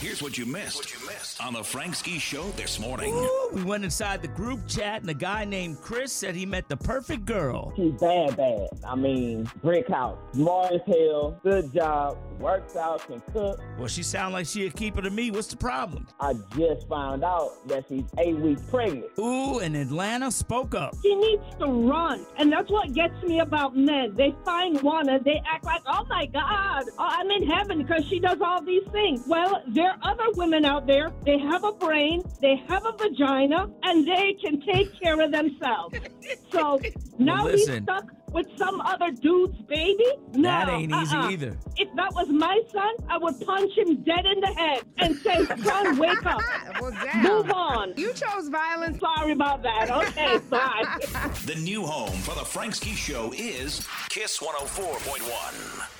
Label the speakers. Speaker 1: Here's what you missed. on the Frank Ski Show this morning.
Speaker 2: Ooh, we went inside the group chat, and a guy named Chris said he met the perfect girl.
Speaker 3: She's bad, bad. I mean, brick house. Smart as hell. Good job. Works out, can cook.
Speaker 2: Well, she sound like she a keeper to me. What's the problem?
Speaker 3: I just found out that she's eight weeks pregnant.
Speaker 2: Ooh, and Atlanta spoke up.
Speaker 4: She needs to run. And that's what gets me about men. They find one and they act like, oh my God, oh, I'm in heaven because she does all these things. Well, there are other women out there. They have a brain, they have a vagina, and they can take care of themselves. So now he's
Speaker 2: listen.
Speaker 4: stuck with some other dude's baby? No.
Speaker 2: That ain't easy
Speaker 4: uh-uh.
Speaker 2: either.
Speaker 4: If that was my son, I would punch him dead in the head and say, son, wake up.
Speaker 5: well,
Speaker 4: Move
Speaker 5: damn.
Speaker 4: on.
Speaker 5: You chose violence.
Speaker 4: Sorry about that. Okay, bye.
Speaker 1: oh The new home for the Frank Ski Show is Kiss 104.1.